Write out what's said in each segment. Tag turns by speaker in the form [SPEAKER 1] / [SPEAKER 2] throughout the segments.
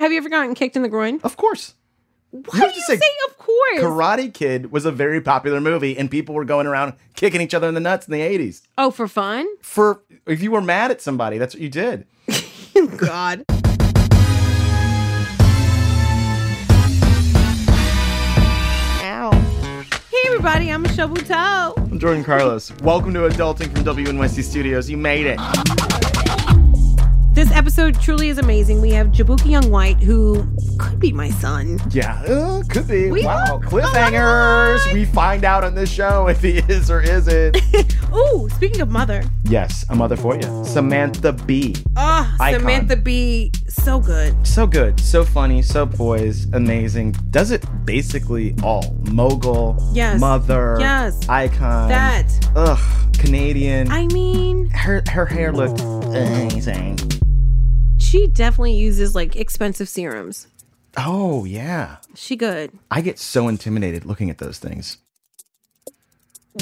[SPEAKER 1] Have you ever gotten kicked in the groin?
[SPEAKER 2] Of course.
[SPEAKER 1] Why
[SPEAKER 2] You
[SPEAKER 1] do
[SPEAKER 2] Oh, have
[SPEAKER 1] you
[SPEAKER 2] to
[SPEAKER 1] say,
[SPEAKER 2] say
[SPEAKER 1] of course?
[SPEAKER 2] Karate Kid was a very popular movie, and people were going around kicking each other in the nuts in the 80s.
[SPEAKER 3] Oh, for fun?
[SPEAKER 2] For if you were mad at somebody, that's what you did.
[SPEAKER 1] God. Ow.
[SPEAKER 3] Hey, everybody, I'm Michelle Buteau.
[SPEAKER 2] I'm Jordan Carlos. Welcome to Adulting from WNYC Studios. You made it.
[SPEAKER 3] This episode truly is amazing. We have Jabuki Young White, who could be my son.
[SPEAKER 2] Yeah, uh, could be.
[SPEAKER 3] We
[SPEAKER 2] wow,
[SPEAKER 3] are
[SPEAKER 2] cliffhangers. We find out on this show if he is or isn't.
[SPEAKER 3] Ooh, speaking of mother,
[SPEAKER 2] yes, a mother for you. Samantha B.
[SPEAKER 3] ah,
[SPEAKER 2] Icon.
[SPEAKER 3] Samantha B, so good.
[SPEAKER 2] So good, so funny, so poised, amazing. Does it basically all. Mogul,
[SPEAKER 3] Yes.
[SPEAKER 2] mother,
[SPEAKER 3] Yes.
[SPEAKER 2] icon.
[SPEAKER 3] That,
[SPEAKER 2] Ugh, Canadian.
[SPEAKER 3] I mean,
[SPEAKER 2] her her hair looked amazing.
[SPEAKER 3] she definitely uses like expensive serums.
[SPEAKER 2] Oh yeah,
[SPEAKER 3] She good.
[SPEAKER 2] I get so intimidated looking at those things.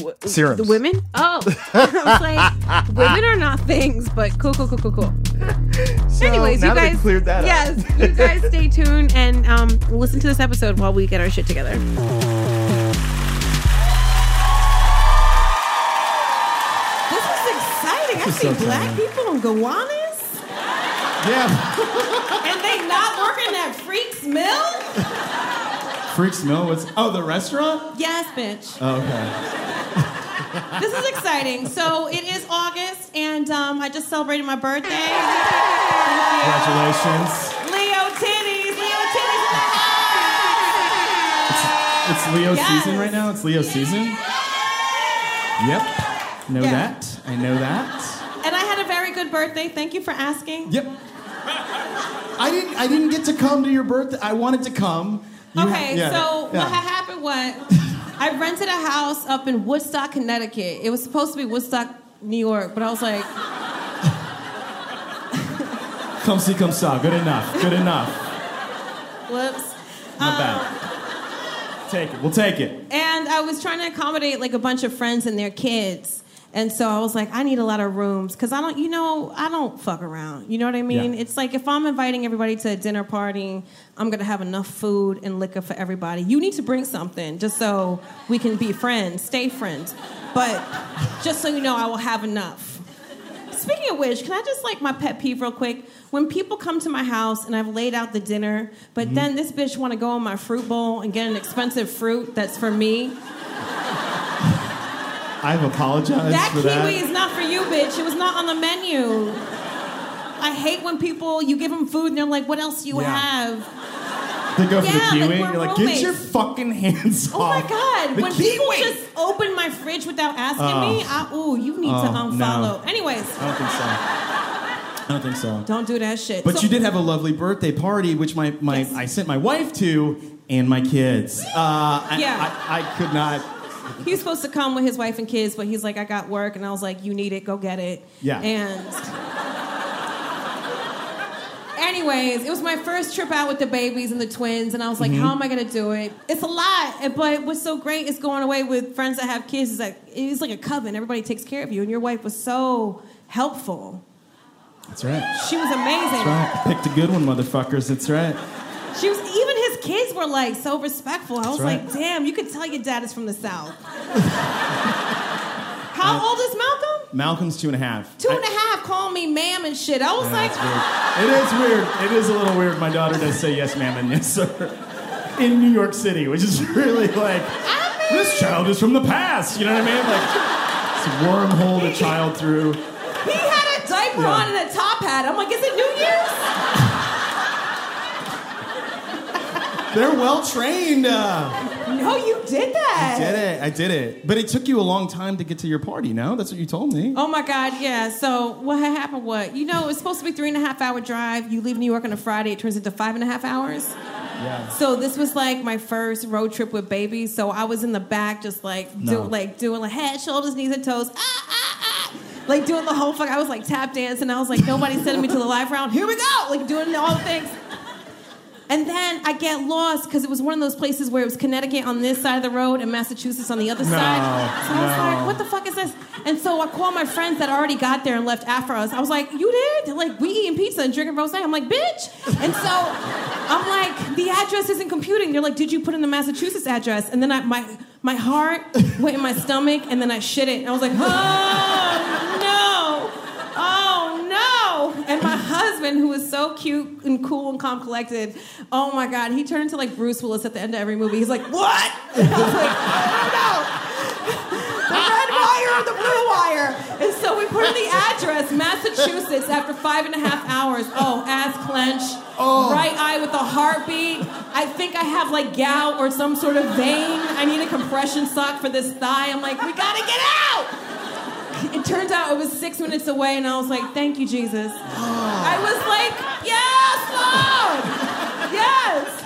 [SPEAKER 3] Wh-
[SPEAKER 2] Serums.
[SPEAKER 3] The women? Oh, I was like, women are not things, but cool, cool, cool, cool, cool.
[SPEAKER 2] So,
[SPEAKER 3] Anyways,
[SPEAKER 2] now
[SPEAKER 3] you
[SPEAKER 2] that we
[SPEAKER 3] guys
[SPEAKER 2] cleared that up.
[SPEAKER 3] Yes, you guys stay tuned and um, listen to this episode while we get our shit together.
[SPEAKER 1] This was exciting. I see black people on Gowanus
[SPEAKER 4] Yeah.
[SPEAKER 1] and they not working at Freaks Mill?
[SPEAKER 4] Freaks Mill. What's oh the restaurant?
[SPEAKER 1] Yes, bitch.
[SPEAKER 4] Oh, okay.
[SPEAKER 1] This is exciting. So it is August, and um, I just celebrated my birthday.
[SPEAKER 4] Congratulations.
[SPEAKER 1] Leo titties, Leo titties in the house.
[SPEAKER 4] It's Leo
[SPEAKER 1] Yes.
[SPEAKER 4] season right now. It's Leo season. Yep. Know
[SPEAKER 1] Yeah.
[SPEAKER 4] that. I know that.
[SPEAKER 1] And I had a very good birthday. Thank you for asking.
[SPEAKER 4] Yep. I didn't. I didn't get to come to your birthday. I wanted to come. You-
[SPEAKER 1] Okay,
[SPEAKER 4] yeah,
[SPEAKER 1] so
[SPEAKER 4] yeah.
[SPEAKER 1] what had happened was I rented a house up in Woodstock, Connecticut. It was supposed to be Woodstock, New York, but I was like,
[SPEAKER 4] Come see, come saw. Good enough. Good enough.
[SPEAKER 1] whoops. Um,
[SPEAKER 4] Not bad. Take it. We'll take it.
[SPEAKER 1] And I was trying to accommodate like a bunch of friends and their kids. And so I was like, I need a lot of rooms because I don't, you know, I don't fuck around. You know what I mean?
[SPEAKER 4] Yeah.
[SPEAKER 1] It's like if I'm inviting everybody to a dinner party, I'm going to have enough food and liquor for everybody. You need to bring something just so we can be friends, stay friends. But just so you know, I will have enough. Speaking of which, can I just like my pet peeve real quick? When people come to my house and I've laid out the dinner, but then this bitch want to go in my fruit bowl and get an expensive fruit that's for me.
[SPEAKER 4] I've apologized
[SPEAKER 1] that
[SPEAKER 4] for
[SPEAKER 1] kiwi
[SPEAKER 4] that.
[SPEAKER 1] is not for you, bitch. It was not on the menu. I hate when people you give them food and they're like, "What else do you
[SPEAKER 4] Yeah.
[SPEAKER 1] have?"
[SPEAKER 4] They go for
[SPEAKER 1] Yeah,
[SPEAKER 4] the
[SPEAKER 1] like,
[SPEAKER 4] kiwi.
[SPEAKER 1] we're
[SPEAKER 4] You're like,
[SPEAKER 1] roommates.
[SPEAKER 4] get your fucking hands
[SPEAKER 1] Oh
[SPEAKER 4] off.
[SPEAKER 1] my god!
[SPEAKER 4] The
[SPEAKER 1] when people
[SPEAKER 4] kiwi.
[SPEAKER 1] just open my fridge without asking
[SPEAKER 4] Oh.
[SPEAKER 1] me, I, ooh, you need to
[SPEAKER 4] Oh, no.
[SPEAKER 1] unfollow. Anyways,
[SPEAKER 4] I don't think so. I don't think so.
[SPEAKER 1] don't do that shit.
[SPEAKER 4] But
[SPEAKER 1] So-
[SPEAKER 4] you did have a lovely birthday party, which my, my
[SPEAKER 1] Yes.
[SPEAKER 4] I sent my wife to and my kids. Uh, I,
[SPEAKER 1] Yeah.
[SPEAKER 4] I, I could not.
[SPEAKER 1] He was supposed to come with his wife and kids, but he's like, I got work, and I was like, you need it, go get it.
[SPEAKER 4] Yeah.
[SPEAKER 1] And. Anyways, it was my first trip out with the babies and the twins, and I was like,
[SPEAKER 4] Mm-hmm.
[SPEAKER 1] how am I gonna do it? It's a lot, and- but what's so great is going away with friends that have kids. It's like it's like a coven. Everybody takes care of you, and your wife was so helpful.
[SPEAKER 4] That's right.
[SPEAKER 1] She was amazing.
[SPEAKER 4] That's right. Picked a good one, motherfuckers. That's right.
[SPEAKER 1] She was even his kids were like so respectful. I was
[SPEAKER 4] right.
[SPEAKER 1] like, damn, you could tell your dad is from the south. how old is Malcolm?
[SPEAKER 4] Malcolm's two and a half.
[SPEAKER 1] Two
[SPEAKER 4] I-
[SPEAKER 1] and a half, call me ma'am and shit. I was
[SPEAKER 4] Yeah,
[SPEAKER 1] like,
[SPEAKER 4] that's weird. It is weird. It is a little weird. My daughter does say yes, ma'am, and yes, sir. In New York City, which is really like, this child is from the past. You know what I mean? Like, it's a wormhole the child through.
[SPEAKER 1] he had a diaper
[SPEAKER 4] Yeah.
[SPEAKER 1] on and a top hat. I'm like, is it New Year's?
[SPEAKER 5] They're well trained. Uh,
[SPEAKER 1] No, you did that.
[SPEAKER 5] did it. I did it. But it took you a long time to get to your party, no? That's what you told me.
[SPEAKER 1] Oh my God, yeah. So what had happened was, you know, it was supposed to be three and a half hour drive. You leave New York on a Friday, it turns into five and a half hours.
[SPEAKER 5] Yeah.
[SPEAKER 1] So this was like my first road trip with baby. So I was in the back, just like
[SPEAKER 5] No.
[SPEAKER 1] do, like doing like head, shoulders, knees, and toes. Ah, ah, ah. Like doing the whole fuck. I was like tap dancing. I was like, nobody's sending me to the live round. Here we go. Like doing all the things. And then I get lost because it was one of those places where it was Connecticut on this side of the road and Massachusetts on the other side. So I was
[SPEAKER 5] no.
[SPEAKER 1] like, what the fuck is this? And so I called my friends that already got there and left after us. I was like, you did? They're like, we eating pizza and drinking rose. I'm like, bitch. And so I'm like, the address isn't computing. They're like, did you put in the Massachusetts address? And then I, my, my heart went in my stomach and then I shit it. And I was like, oh, no. Oh, no no! And my husband, who was so cute and cool and calm collected, oh my god, he turned into like Bruce Willis at the end of every movie. He's like, "What?" And I was like, "I don't know." The red wire or the blue wire? And so we put in the address, Massachusetts. After five and a half hours, oh, ass clench, right eye with a heartbeat. I think I have like gout or some sort of vein. I need a compression sock for this thigh. I'm like, we gotta get out it turns out it was six minutes away, and I was like, "Thank you, Jesus." I was like, "Yes, Lord, yes."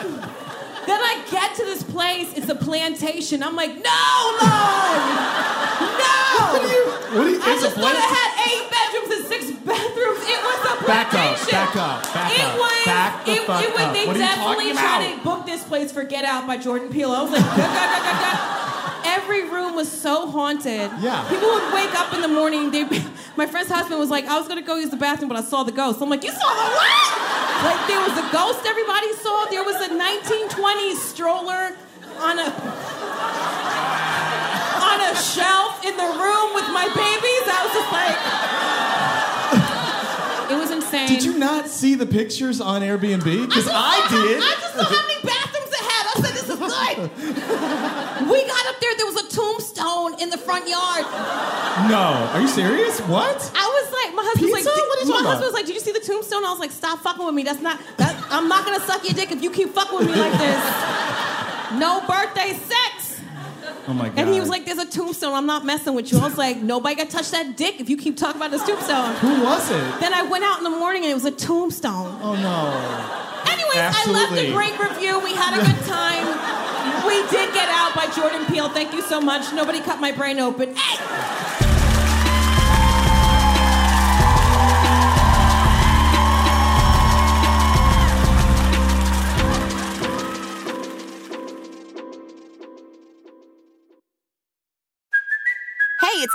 [SPEAKER 1] Then I get to this place. It's a plantation. I'm like, "No, Lord, no."
[SPEAKER 5] What do you,
[SPEAKER 1] I
[SPEAKER 5] it's a
[SPEAKER 1] just thought
[SPEAKER 5] place.
[SPEAKER 1] it had eight bedrooms and six bathrooms. It was a
[SPEAKER 5] Back up,
[SPEAKER 1] plantation.
[SPEAKER 5] back up, back
[SPEAKER 1] it
[SPEAKER 5] up,
[SPEAKER 1] was.
[SPEAKER 5] back the
[SPEAKER 1] it,
[SPEAKER 5] fuck
[SPEAKER 1] it was.
[SPEAKER 5] up.
[SPEAKER 1] They
[SPEAKER 5] What are you
[SPEAKER 1] definitely
[SPEAKER 5] talking
[SPEAKER 1] tried
[SPEAKER 5] about?
[SPEAKER 1] to book this place for Get Out by Jordan Peele. I was like, "Duck, duck, duck, duck, duck." every room was so haunted.
[SPEAKER 5] Yeah.
[SPEAKER 1] People would wake up in the morning. They, my friend's husband was like, "I was gonna go use the bathroom, but I saw the ghost." I'm like, "You saw the what?" Like there was a ghost. Everybody saw. There was a 1920s stroller on a on a shelf in the room with my babies. I was just like, it was insane.
[SPEAKER 5] Did you not see the pictures on Airbnb? Because
[SPEAKER 1] just
[SPEAKER 5] I
[SPEAKER 1] saw how-
[SPEAKER 5] did.
[SPEAKER 1] I just saw how many bathrooms it had. I said, this is good. we got up there. There was a tombstone in the front yard.
[SPEAKER 5] No. Are you serious? What?
[SPEAKER 1] I was like, my husband's
[SPEAKER 5] Pizza?
[SPEAKER 1] like, did-
[SPEAKER 5] What are you talking
[SPEAKER 1] my husband
[SPEAKER 5] about?
[SPEAKER 1] was like, did you see the tombstone? I was like, stop fucking with me. That's not. That, I'm not gonna suck your dick if you keep fucking with me like this. No birthday sex.
[SPEAKER 5] Oh my god.
[SPEAKER 1] And he was like, there's a tombstone. I'm not messing with you. I was like, nobody got touch that dick if you keep talking about this tombstone.
[SPEAKER 5] Who was it?
[SPEAKER 1] Then I went out in the morning and it was a tombstone.
[SPEAKER 5] Oh no.
[SPEAKER 1] Anyways,
[SPEAKER 5] Absolutely.
[SPEAKER 1] I left a great review. We had a good time. We did get out by Jordan Peele. Thank you so much. Nobody cut my brain open. Hey!
[SPEAKER 6] Hey, it's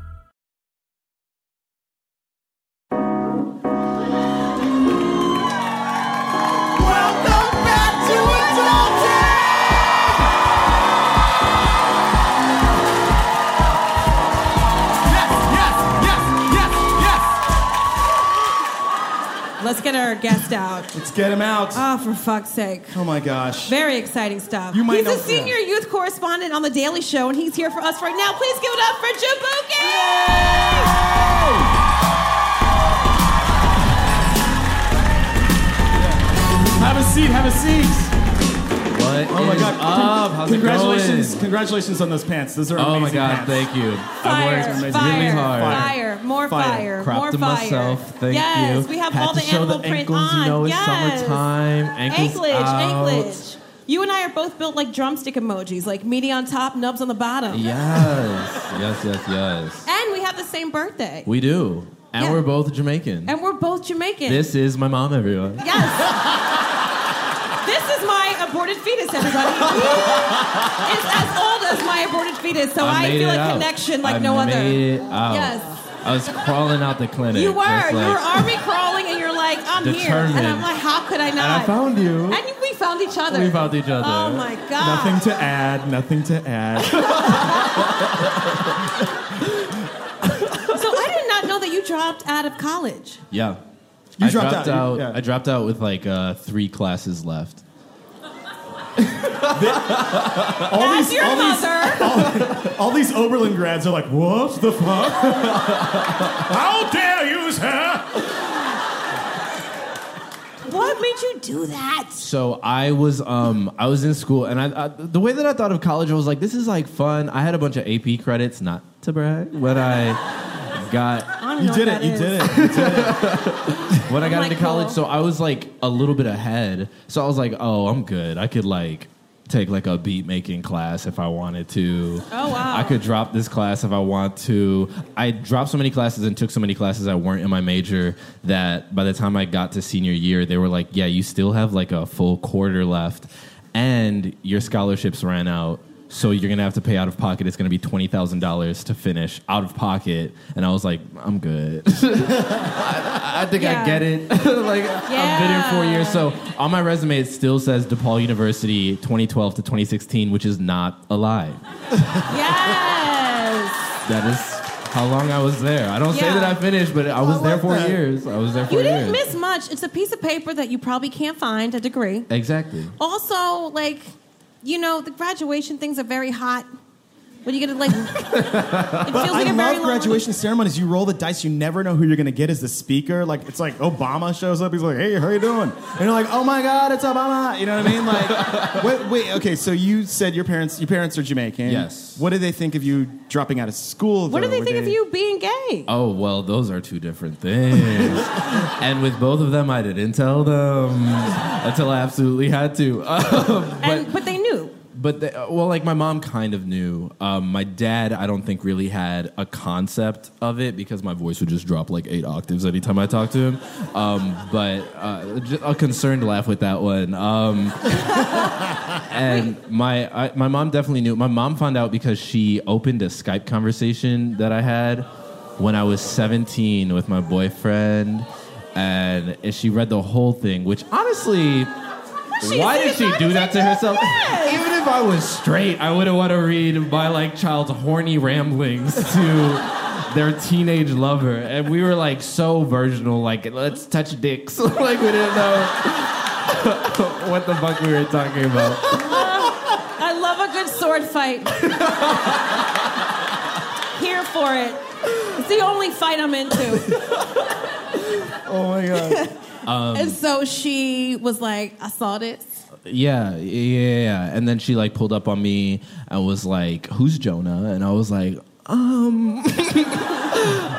[SPEAKER 5] Welcome back to Adulting! Yes, yes, yes, yes, yes!
[SPEAKER 1] Let's get our guest out.
[SPEAKER 5] Let's get him out.
[SPEAKER 1] Ah, for fuck's sake.
[SPEAKER 5] oh my gosh.
[SPEAKER 1] Very exciting stuff.
[SPEAKER 5] You might
[SPEAKER 1] he's
[SPEAKER 5] know-
[SPEAKER 1] a senior youth correspondent on The Daily Show, and he's here for us right now. Please give it up for Jabuki!
[SPEAKER 5] Have a seat, have a seat.
[SPEAKER 7] What
[SPEAKER 5] Oh my
[SPEAKER 7] is
[SPEAKER 5] god.
[SPEAKER 7] up?
[SPEAKER 5] Con-
[SPEAKER 7] How's
[SPEAKER 5] congratulations,
[SPEAKER 7] it going?
[SPEAKER 5] congratulations on those pants. Those are
[SPEAKER 7] Oh my
[SPEAKER 5] amazing
[SPEAKER 7] god,
[SPEAKER 5] pants.
[SPEAKER 7] thank you. I
[SPEAKER 1] Fire,
[SPEAKER 7] worked
[SPEAKER 1] fire,
[SPEAKER 7] really hard.
[SPEAKER 1] fire, more fire,
[SPEAKER 5] Fire.
[SPEAKER 7] Cropped
[SPEAKER 1] more
[SPEAKER 7] to
[SPEAKER 1] fire.
[SPEAKER 7] myself. Thank
[SPEAKER 1] yes,
[SPEAKER 7] you.
[SPEAKER 1] we have
[SPEAKER 7] Had
[SPEAKER 1] all
[SPEAKER 7] to
[SPEAKER 1] the
[SPEAKER 7] show
[SPEAKER 1] animal
[SPEAKER 7] the
[SPEAKER 1] print
[SPEAKER 7] ankles,
[SPEAKER 1] on.
[SPEAKER 7] You know, it's
[SPEAKER 1] yes.
[SPEAKER 7] summertime. Ankles
[SPEAKER 1] Anklage,
[SPEAKER 7] out.
[SPEAKER 1] anklage. You and I are both built like drumstick emojis, like meaty on top, nubs on the bottom.
[SPEAKER 7] Yes, yes, yes, yes.
[SPEAKER 1] And we have the same birthday.
[SPEAKER 7] We do, and
[SPEAKER 1] Yeah.
[SPEAKER 7] we're both Jamaican.
[SPEAKER 1] and we're both Jamaican.
[SPEAKER 7] this is my mom, everyone.
[SPEAKER 1] Yes. this is my aborted fetus, everybody. it's as old as my aborted fetus, so I,
[SPEAKER 7] made
[SPEAKER 1] feel
[SPEAKER 7] it
[SPEAKER 1] a
[SPEAKER 7] out.
[SPEAKER 1] connection like
[SPEAKER 7] I
[SPEAKER 1] no other.
[SPEAKER 7] made it out.
[SPEAKER 1] Yes.
[SPEAKER 7] I was crawling out the clinic.
[SPEAKER 1] You were.
[SPEAKER 7] just
[SPEAKER 1] you
[SPEAKER 7] like-
[SPEAKER 1] were army crawling, and you're like, I'm I'm here. And I'm
[SPEAKER 7] Determined.
[SPEAKER 1] like, how could I not?
[SPEAKER 7] I found you.
[SPEAKER 1] And we found each other.
[SPEAKER 7] We found each other.
[SPEAKER 1] Oh my God.
[SPEAKER 5] Nothing to add. Nothing to add.
[SPEAKER 1] So I did not know that you dropped out of college.
[SPEAKER 7] Yeah.
[SPEAKER 5] You
[SPEAKER 7] I
[SPEAKER 5] dropped out,
[SPEAKER 7] out.
[SPEAKER 5] you- yeah.
[SPEAKER 7] I dropped out with like uh, three classes left.
[SPEAKER 5] all
[SPEAKER 1] That's
[SPEAKER 5] these,
[SPEAKER 1] your
[SPEAKER 5] all these,
[SPEAKER 1] mother.
[SPEAKER 5] all these Oberlin grads are like, what the fuck? How dare you, sir?
[SPEAKER 1] what made you do that?
[SPEAKER 7] So I was um I was in school and I, I the way that I thought of college I was like this is like fun. I had a bunch of AP credits, not to brag. When I got
[SPEAKER 1] I don't
[SPEAKER 5] You
[SPEAKER 1] know
[SPEAKER 5] did
[SPEAKER 1] what
[SPEAKER 5] it.
[SPEAKER 1] that
[SPEAKER 5] You
[SPEAKER 1] is.
[SPEAKER 5] did it.
[SPEAKER 7] when I got
[SPEAKER 1] my
[SPEAKER 7] into college,
[SPEAKER 1] God.
[SPEAKER 7] so I was like a little bit ahead. So I was like, "Oh, I'm good. I could like take like a beat making class if I wanted to.
[SPEAKER 1] Oh, wow.
[SPEAKER 7] I could drop this class if I want to. I dropped so many classes and took so many classes that weren't in my major that by the time I got to senior year, they were like, "Yeah, you still have like a full quarter left, and your scholarships ran out." So you're gonna have to pay out of pocket. It's gonna be twenty thousand dollars to finish out of pocket, and I was like, "I'm good." I, I think
[SPEAKER 1] Yeah.
[SPEAKER 7] I get it. like I've been here four
[SPEAKER 1] Yeah.
[SPEAKER 7] years, so on my resume it still says DePaul University 2012 to 2016, which is not a lie.
[SPEAKER 1] Yes.
[SPEAKER 7] That is how long I was there. I don't say
[SPEAKER 1] Yeah.
[SPEAKER 7] that I finished, but I was
[SPEAKER 5] I
[SPEAKER 7] there
[SPEAKER 5] like
[SPEAKER 7] four
[SPEAKER 5] that.
[SPEAKER 7] years. I was there four
[SPEAKER 1] You didn't
[SPEAKER 7] years.
[SPEAKER 1] miss much. It's a piece of paper that you probably can't find a degree.
[SPEAKER 7] exactly.
[SPEAKER 1] Also, like, you know, the graduation things are very hot. When you get to like, it feels
[SPEAKER 5] I
[SPEAKER 1] like a very
[SPEAKER 5] love
[SPEAKER 1] long
[SPEAKER 5] graduation ceremonies. You roll the dice. You never know who you're gonna get as the speaker. Like it's like Obama shows up. He's like, "Hey, how you doing?" And you're like, "Oh my God, it's Obama!" You know what I mean? Like, wait, wait, okay. So you said your parents, your parents are Jamaican.
[SPEAKER 7] Yes.
[SPEAKER 5] What did they think of you dropping out of school?
[SPEAKER 1] What do
[SPEAKER 5] though?
[SPEAKER 1] they
[SPEAKER 5] Were
[SPEAKER 1] think of you being gay?
[SPEAKER 7] Oh well, those are two different things. and with both of them, I didn't tell them until I absolutely had to.
[SPEAKER 1] and but they knew.
[SPEAKER 7] But the, well, like my mom kind of knew. Um, my dad, I don't think really had a concept of it because my voice would just drop like eight octaves anytime I talked to him. Um, but uh, ju- a concerned laugh with that one. Um, and my I, my mom definitely knew. My mom found out because she opened a Skype conversation that I had when I was 17 with my boyfriend, and she read the whole thing, which honestly. Why did she do that to herself? Even if I was straight, I wouldn't want to read my like child's horny ramblings to their teenage lover. And we were like so virginal, like let's touch dicks. like we didn't know what the fuck we were talking about.
[SPEAKER 1] I love a good sword fight. Here for it. It's the only fight I'm into.
[SPEAKER 5] Oh my God.
[SPEAKER 1] and so she was like, I saw this.
[SPEAKER 7] Yeah, yeah, yeah, yeah. And then she like pulled up on me and was like, "Who's Jonah?" And I was like, um.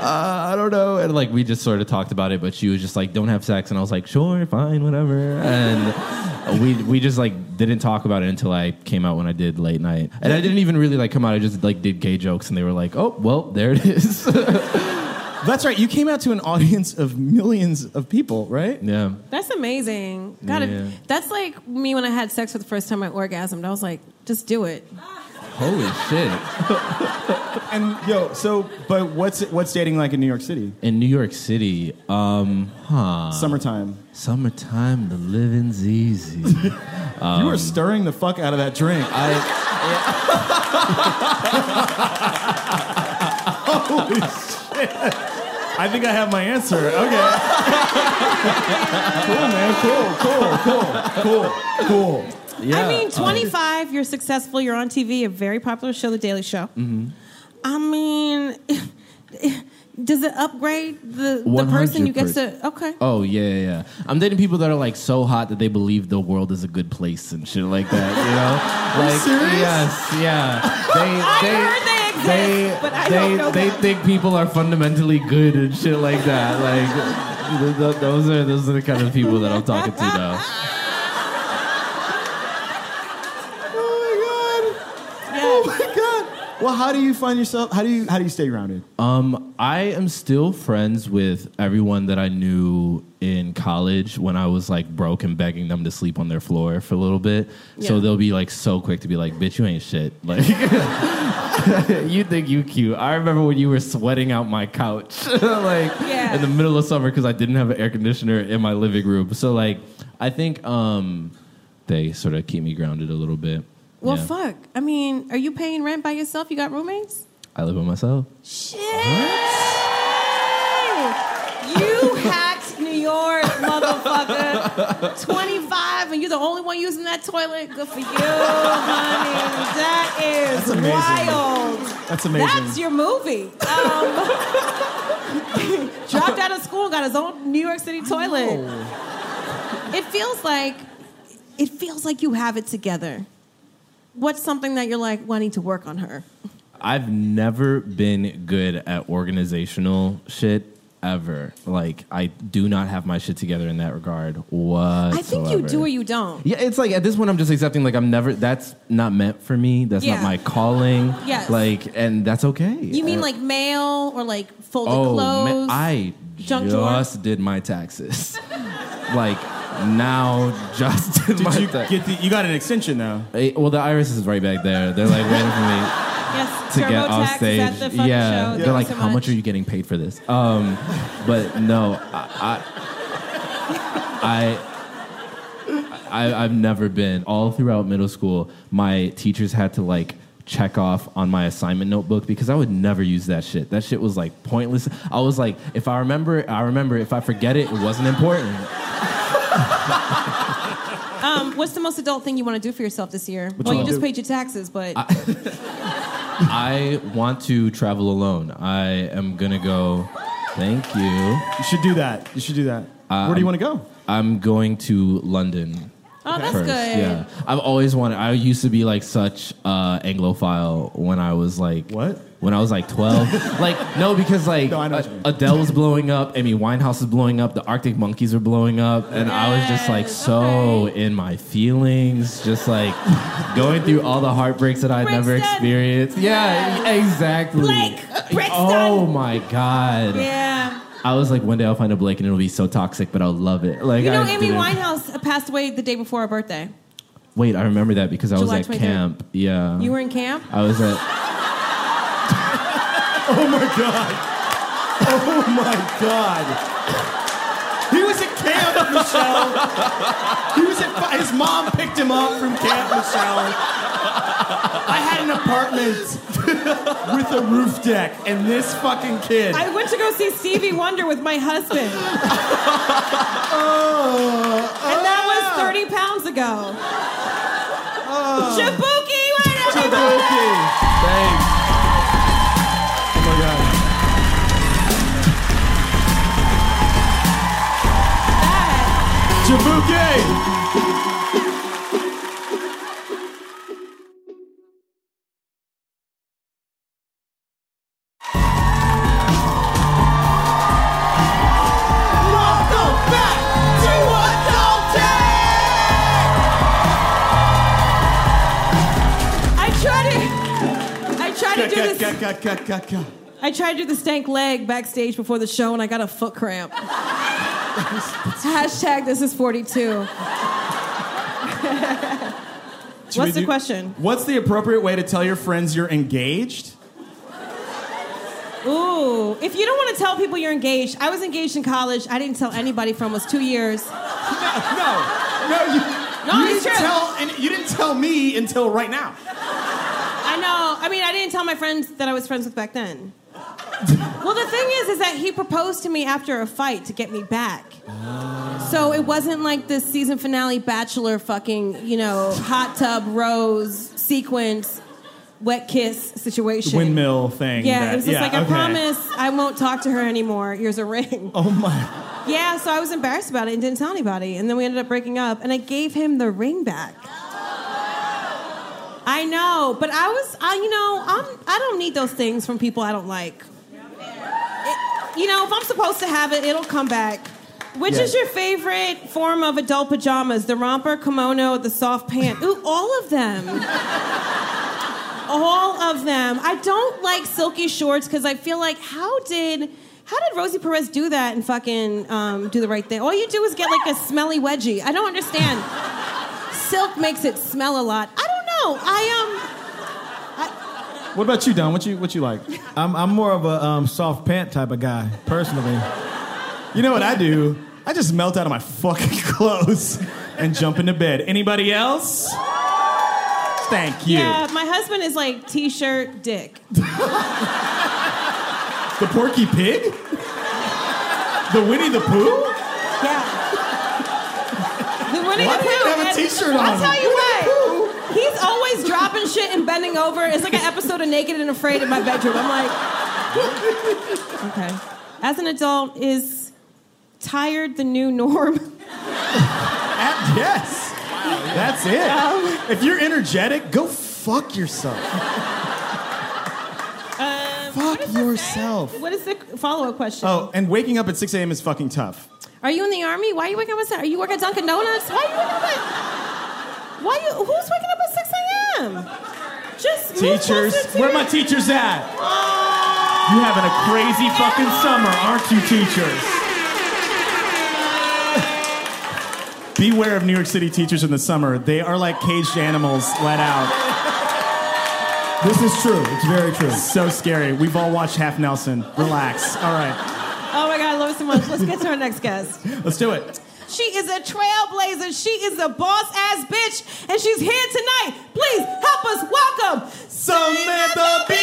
[SPEAKER 7] I don't know. And like we just sort of talked about it, but she was just like, "Don't have sex," and I was like, "Sure, fine, whatever." And we we just like didn't talk about it until I came out when I did late night, and I didn't even really like come out. I just like did gay jokes, and they were like, "Oh, well, there it is."
[SPEAKER 5] That's right. You came out to an audience of millions of people, right?
[SPEAKER 7] yeah,
[SPEAKER 1] That's amazing. Gotta,
[SPEAKER 7] Yeah.
[SPEAKER 1] That's like me when I had sex for the first time I orgasmed. I was like, just do it.
[SPEAKER 7] holy shit!
[SPEAKER 5] And yo, so but what's what's dating like in New York City?
[SPEAKER 7] In New York City, um, huh?
[SPEAKER 5] Summertime.
[SPEAKER 7] Summertime, the living's easy.
[SPEAKER 5] you
[SPEAKER 4] Um,
[SPEAKER 5] were stirring the fuck out of that drink.
[SPEAKER 7] I
[SPEAKER 5] I think I have my answer. Okay. cool, man. Cool, cool, cool, cool, cool.
[SPEAKER 7] yeah. Uh-huh.
[SPEAKER 1] I mean, 25, you're successful, you're on TV, a very popular show, The Daily Show.
[SPEAKER 7] Mm-hmm.
[SPEAKER 1] I mean, does it upgrade the, the person you get to? Okay.
[SPEAKER 7] Oh yeah, yeah, yeah. I'm dating people that are like so hot that they believe the world is a good place and shit like that. You know, like
[SPEAKER 5] serious?
[SPEAKER 7] yes, yeah. They, they,
[SPEAKER 1] heard they exist, but I
[SPEAKER 7] they,
[SPEAKER 1] don't know
[SPEAKER 7] they
[SPEAKER 1] them.
[SPEAKER 7] think people are fundamentally good and shit like that. Like th- th- those are those are the kind of people that I'm talking to now.
[SPEAKER 5] Oh my god.
[SPEAKER 1] Yeah.
[SPEAKER 5] Oh my god.
[SPEAKER 4] Well, how do you find yourself? How do you how do you stay grounded?
[SPEAKER 7] Um, I am still friends with everyone that I knew in college when I was like broke and begging them to sleep on their floor for a little bit. So
[SPEAKER 1] Yeah.
[SPEAKER 7] they'll be like so quick to be like, "Bitch, you ain't shit." Like, you think you cute? I remember when you were sweating out my couch, like
[SPEAKER 1] Yeah.
[SPEAKER 7] in the middle of summer because I didn't have an air conditioner in my living room. So like, I think um, they sort of keep me grounded a little bit.
[SPEAKER 1] Well,
[SPEAKER 7] Yeah.
[SPEAKER 1] fuck. I mean, are you paying rent by yourself? You got roommates?
[SPEAKER 7] I live by myself.
[SPEAKER 1] Shit. You hacked New York, motherfucker. 25, and you're the only one using that toilet. Good for you, honey. That is
[SPEAKER 4] amazing.
[SPEAKER 1] wild.
[SPEAKER 4] That's amazing.
[SPEAKER 1] That's your movie. Um, dropped out of school, got his own New York City toilet.
[SPEAKER 4] Oh.
[SPEAKER 1] It feels like it feels like you have it together. What's something that you're like, well, I need to work on her?
[SPEAKER 7] I've never been good at organizational shit ever. Like I do not have my shit together in that regard. What?
[SPEAKER 1] I think you do or you don't.
[SPEAKER 7] Yeah, it's like at this point I'm just accepting like I'm never that's not meant for me. That's
[SPEAKER 1] Yeah.
[SPEAKER 7] not my calling.
[SPEAKER 1] Yes.
[SPEAKER 7] Like and that's okay.
[SPEAKER 1] You mean
[SPEAKER 7] Uh,
[SPEAKER 1] like mail or like folded
[SPEAKER 7] Oh,
[SPEAKER 1] clothes?
[SPEAKER 7] man, I
[SPEAKER 1] junk
[SPEAKER 7] just
[SPEAKER 1] drawer?
[SPEAKER 7] did my taxes. like now just did, my
[SPEAKER 4] Did you
[SPEAKER 7] tax-
[SPEAKER 4] get the, you got an extension though?
[SPEAKER 7] Eh, Well, the iris is right back there. They're like waiting for me.
[SPEAKER 1] yes,
[SPEAKER 7] to get
[SPEAKER 1] TurboTax
[SPEAKER 7] off stage.
[SPEAKER 1] Is at the fucking
[SPEAKER 7] yeah,
[SPEAKER 1] show.
[SPEAKER 7] they're like, how much are you getting paid for this? Um, but no, I, I, I, I, I've never been. All throughout middle school, my teachers had to like check off on my assignment notebook because I would never use that shit. That shit was like pointless. I was like, if I remember, it, I remember. If I forget it, it wasn't important.
[SPEAKER 1] Um, what's the most adult thing you want to do for yourself this year? well, you
[SPEAKER 7] one?
[SPEAKER 1] just paid your taxes, but
[SPEAKER 7] I want to travel alone. I am gonna go. Thank you.
[SPEAKER 4] You should do that. You should do that. Where do you want to go?
[SPEAKER 7] I'm going to London.
[SPEAKER 1] Oh, that's
[SPEAKER 7] first.
[SPEAKER 1] good.
[SPEAKER 7] Yeah, I've always wanted. I used to be like such uh, Anglophile when I was like
[SPEAKER 4] What?
[SPEAKER 7] When I was like 12. like no, because like
[SPEAKER 4] No, I know what
[SPEAKER 7] uh,
[SPEAKER 4] you mean.
[SPEAKER 7] Adele was blowing up, Amy Winehouse was blowing up, the Arctic Monkeys were blowing up, and I was just like
[SPEAKER 1] Yes,
[SPEAKER 7] so
[SPEAKER 1] okay.
[SPEAKER 7] in my feelings, just like going through all the heartbreaks that I'd never
[SPEAKER 1] Brixton.
[SPEAKER 7] experienced. Yeah, exactly.
[SPEAKER 1] Blake, Brixton.
[SPEAKER 7] Oh my god.
[SPEAKER 1] yeah.
[SPEAKER 7] I was like, one day I'll find a Blake and it'll be so toxic, but I'll love it. Like,
[SPEAKER 1] You know,
[SPEAKER 7] I
[SPEAKER 1] Amy
[SPEAKER 7] didn't-
[SPEAKER 1] Winehouse passed away the day before her birthday.
[SPEAKER 7] Wait, I remember that because I
[SPEAKER 1] July
[SPEAKER 7] was at
[SPEAKER 1] 23rd.
[SPEAKER 7] camp. Yeah,
[SPEAKER 1] You were in camp.
[SPEAKER 7] I was at.
[SPEAKER 4] Oh my god! Oh my god! He was at camp, Michelle. He was at his mom picked him up from camp, Michelle. I had an apartment with a roof deck, and this fucking kid.
[SPEAKER 1] I went to go see Stevie Wonder with my husband, and that was 30 pounds ago. Jabuki, wait a minute.
[SPEAKER 4] Thanks. Oh my god. Jabuki!
[SPEAKER 1] I tried to, I tried to do this.
[SPEAKER 4] Cut, cut, cut, cut, cut.
[SPEAKER 1] I tried to do the stank leg backstage before the show and I got a foot cramp. Hashtag this is 42.
[SPEAKER 4] Should
[SPEAKER 1] What's
[SPEAKER 4] we
[SPEAKER 1] the
[SPEAKER 4] do-
[SPEAKER 1] question?
[SPEAKER 4] What's the appropriate way to tell your friends you're engaged?
[SPEAKER 1] Ooh, if you don't want to tell people you're engaged, I was engaged in college. I didn't tell anybody for almost two years.
[SPEAKER 4] No, no, you,
[SPEAKER 1] No,
[SPEAKER 4] you
[SPEAKER 1] it's
[SPEAKER 4] didn't
[SPEAKER 1] true.
[SPEAKER 4] tell, and you didn't tell me until right now.
[SPEAKER 1] I know. I mean, I didn't tell my friends that I was friends with back then. well, the thing is, is that he proposed to me after a fight to get me back. So it wasn't like the season finale Bachelor fucking, you know, hot tub, rose, sequence, wet kiss situation.
[SPEAKER 4] Windmill thing.
[SPEAKER 1] Yeah,
[SPEAKER 4] that-
[SPEAKER 1] it was just like, I
[SPEAKER 4] okay.
[SPEAKER 1] promise I won't talk to her anymore. Here's a ring.
[SPEAKER 4] Oh my!
[SPEAKER 1] Yeah, so I was embarrassed about it and didn't tell anybody. And then we ended up breaking up, and I gave him the ring back. I know, but I was, I, you know, I'm, I don't need those things from people I don't like. It- you know, if I'm supposed to have it, it'll come back. Which is your favorite form of adult pajamas? The romper, kimono, the soft pant? Ooh, all of them. all of them. I don't like silky shorts because I feel like how did how did Rosie Perez do that and fucking um, do the right thing? All you do is get like a smelly wedgie. I don't understand. Silk makes it smell a lot. I um, don't know. I
[SPEAKER 8] What about you, Don? What you what you like?
[SPEAKER 4] I'm, I'm more of a um, soft pant type of guy, personally. You know what I do? I just melt out of my fucking clothes and jump into bed. Anybody else? Thank
[SPEAKER 1] um
[SPEAKER 4] you.
[SPEAKER 1] yeah, my husband is like t-shirt dick.
[SPEAKER 4] The Porky Pig? The Winnie the Pooh?
[SPEAKER 1] Yeah. The Winnie
[SPEAKER 4] Why
[SPEAKER 1] the
[SPEAKER 4] do you
[SPEAKER 1] Pooh
[SPEAKER 4] have a
[SPEAKER 1] is-
[SPEAKER 4] t-shirt
[SPEAKER 1] I'll
[SPEAKER 4] on?
[SPEAKER 1] tell you
[SPEAKER 4] Winnie
[SPEAKER 1] what. He's always dropping shit and bending over. It's like an episode of Naked and Afraid in my bedroom. I'm like, okay. As an adult, is tired the new norm?
[SPEAKER 4] At- yes. That's it. if you're energetic, go fuck yourself.
[SPEAKER 1] Um,
[SPEAKER 4] fuck yourself.
[SPEAKER 1] What is the follow-up question?
[SPEAKER 4] Oh, and waking up at 6 a.m. is fucking tough.
[SPEAKER 1] Are you in the army? Why are you waking up at? Are you working at Dunkin' Donuts? Why are you waking up at? Why you? Who's waking up at 6 a.m.? Just move
[SPEAKER 4] Teachers,
[SPEAKER 1] closer to
[SPEAKER 4] where
[SPEAKER 1] your-
[SPEAKER 4] my teachers at? You're having a crazy fucking summer, aren't you, teachers? Beware of New York City teachers in the summer. They are like caged animals let out.
[SPEAKER 8] This is true. It's very true.
[SPEAKER 4] So scary. We've all watched Half Nelson. Relax. All right,
[SPEAKER 1] Oh my God, I love it so much. Let's get to our next guest.
[SPEAKER 4] let's do it.
[SPEAKER 1] She is a trailblazer. She is a boss ass bitch, and she's here tonight. Please help us welcome.
[SPEAKER 4] Samantha B.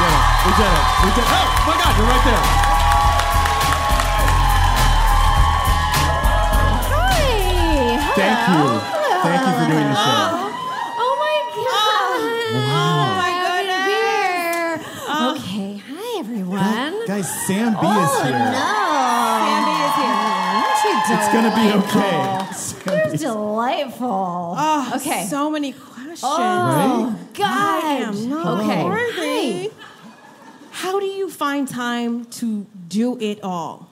[SPEAKER 4] We did it. We did it. We did it. Oh my God, you're right there.
[SPEAKER 9] Hi. Hello.
[SPEAKER 4] Thank you. Thank you for doing the show.
[SPEAKER 9] Oh my god.
[SPEAKER 1] Oh my
[SPEAKER 9] Happy to
[SPEAKER 1] goodness. Oh.
[SPEAKER 9] be here. okay. Hi everyone.
[SPEAKER 4] Guys, Sam B
[SPEAKER 9] oh
[SPEAKER 4] is here.
[SPEAKER 9] no.
[SPEAKER 1] Bambi is here.
[SPEAKER 9] Oh,
[SPEAKER 4] It's gonna be okay.
[SPEAKER 9] You're delightful.
[SPEAKER 1] Oh,
[SPEAKER 9] okay.
[SPEAKER 1] So many questions.
[SPEAKER 9] oh God.
[SPEAKER 1] I am not
[SPEAKER 9] okay.
[SPEAKER 1] worthy. How do you find time to do it all?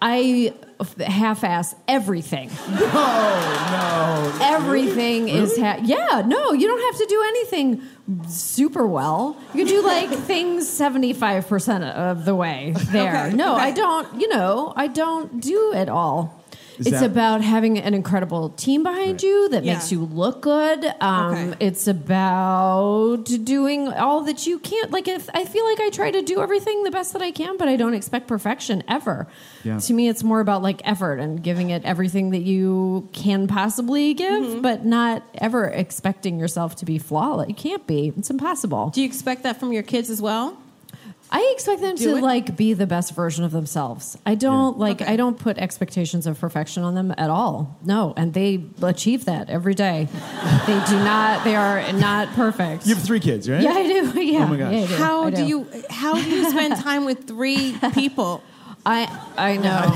[SPEAKER 9] I half-ass everything.
[SPEAKER 4] Oh no.
[SPEAKER 9] Everything is ha- yeah. No, you don't have to do anything super well. You do like things seventy five percent of the way there.
[SPEAKER 1] Okay,
[SPEAKER 9] no,
[SPEAKER 1] okay.
[SPEAKER 9] I don't. You know, I don't do it all.
[SPEAKER 4] Is
[SPEAKER 9] it's
[SPEAKER 4] that-
[SPEAKER 9] about having an incredible team behind you that
[SPEAKER 1] Yeah.
[SPEAKER 9] makes you look good. Um,
[SPEAKER 1] Okay.
[SPEAKER 9] It's about doing all that you can't. Like, if I feel like I try to do everything the best that I can, but I don't expect perfection ever.
[SPEAKER 4] Yeah.
[SPEAKER 9] To me, it's more about like effort and giving it everything that you can possibly give,
[SPEAKER 1] Mm-hmm.
[SPEAKER 9] but not ever expecting yourself to be flawless. You can't be. It's impossible.
[SPEAKER 1] Do you expect that from your kids as well?
[SPEAKER 9] I expect them
[SPEAKER 1] Do
[SPEAKER 9] to
[SPEAKER 1] it?
[SPEAKER 9] like be the best version of themselves. I don't like
[SPEAKER 1] Okay.
[SPEAKER 9] I don't put expectations of perfection on them at all. No, and they achieve that every day. they do not they are not perfect.
[SPEAKER 4] You have three kids, right?
[SPEAKER 9] yeah, I do. Yeah.
[SPEAKER 4] my gosh.
[SPEAKER 9] yeah, I do.
[SPEAKER 1] Oh How
[SPEAKER 9] I
[SPEAKER 1] do. you how do you spend time with three people?
[SPEAKER 9] I I know.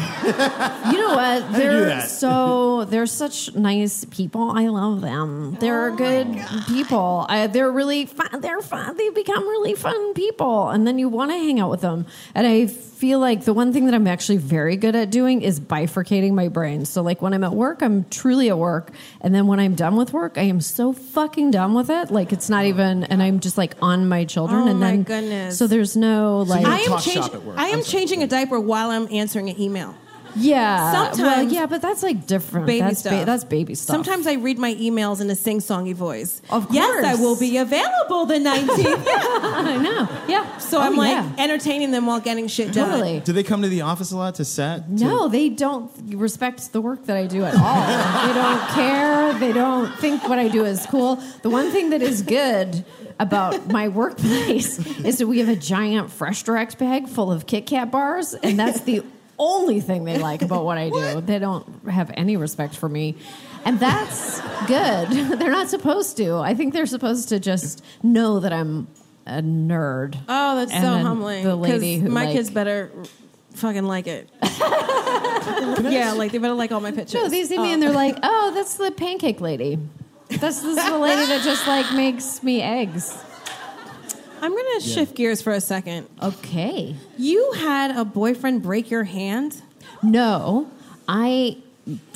[SPEAKER 9] you know what?
[SPEAKER 4] do you do
[SPEAKER 9] They're
[SPEAKER 4] that?
[SPEAKER 9] so they're such nice people. I love them.
[SPEAKER 4] Oh
[SPEAKER 9] They're good people. I, they're really fun. They're fun. They become really fun people, and then you want to hang out with them. And I feel like the one thing that I'm actually very good at doing is bifurcating my brain. So like when I'm at work, I'm truly at work, and then when I'm done with work, I am so fucking done with it. Like it's
[SPEAKER 4] Oh
[SPEAKER 9] not even, and I'm just like on my children.
[SPEAKER 1] Oh
[SPEAKER 9] and
[SPEAKER 1] my
[SPEAKER 9] then
[SPEAKER 1] goodness.
[SPEAKER 9] So there's no like
[SPEAKER 4] you
[SPEAKER 1] I am,
[SPEAKER 4] talk shop
[SPEAKER 1] changing.
[SPEAKER 4] at work.
[SPEAKER 1] I am
[SPEAKER 4] I'm sorry.
[SPEAKER 1] changing a diaper while I'm answering an email.
[SPEAKER 9] Yeah.
[SPEAKER 1] Sometimes-
[SPEAKER 9] well, yeah, but that's like different.
[SPEAKER 1] Baby
[SPEAKER 9] that's
[SPEAKER 1] stuff.
[SPEAKER 9] Ba- that's baby stuff.
[SPEAKER 1] Sometimes I read my emails in a sing-songy voice.
[SPEAKER 9] Of
[SPEAKER 1] Yes, I
[SPEAKER 9] course.
[SPEAKER 1] will be available the 19th.
[SPEAKER 9] I know. Yeah.
[SPEAKER 1] So
[SPEAKER 9] Oh,
[SPEAKER 1] I'm like
[SPEAKER 9] yeah.
[SPEAKER 1] entertaining them while getting shit done.
[SPEAKER 9] totally.
[SPEAKER 4] Do they come to the office a lot to set?
[SPEAKER 9] No, they don't respect the work that I do at all. they don't care. They don't think what I do is cool. The one thing that is good about my workplace is that we have a giant fresh direct bag full of Kit Kat bars, and that's the only thing they like about what I do. They don't have any respect for me. And that's good. They're not supposed to. I think they're supposed to just know that I'm a nerd.
[SPEAKER 1] Oh, that's
[SPEAKER 9] And
[SPEAKER 1] so
[SPEAKER 9] then
[SPEAKER 1] humbling.
[SPEAKER 9] The lady
[SPEAKER 1] 'cause
[SPEAKER 9] who
[SPEAKER 1] my
[SPEAKER 9] like,
[SPEAKER 1] kids better fucking like it. yeah, like they better like all my pictures. Uh,
[SPEAKER 9] No, they see me and they're like, "Oh, that's the pancake lady. That's this is the lady that just like makes me eggs."
[SPEAKER 1] I'm gonna shift gears for a second.
[SPEAKER 9] Okay.
[SPEAKER 1] You had a boyfriend break your hand.
[SPEAKER 9] No, I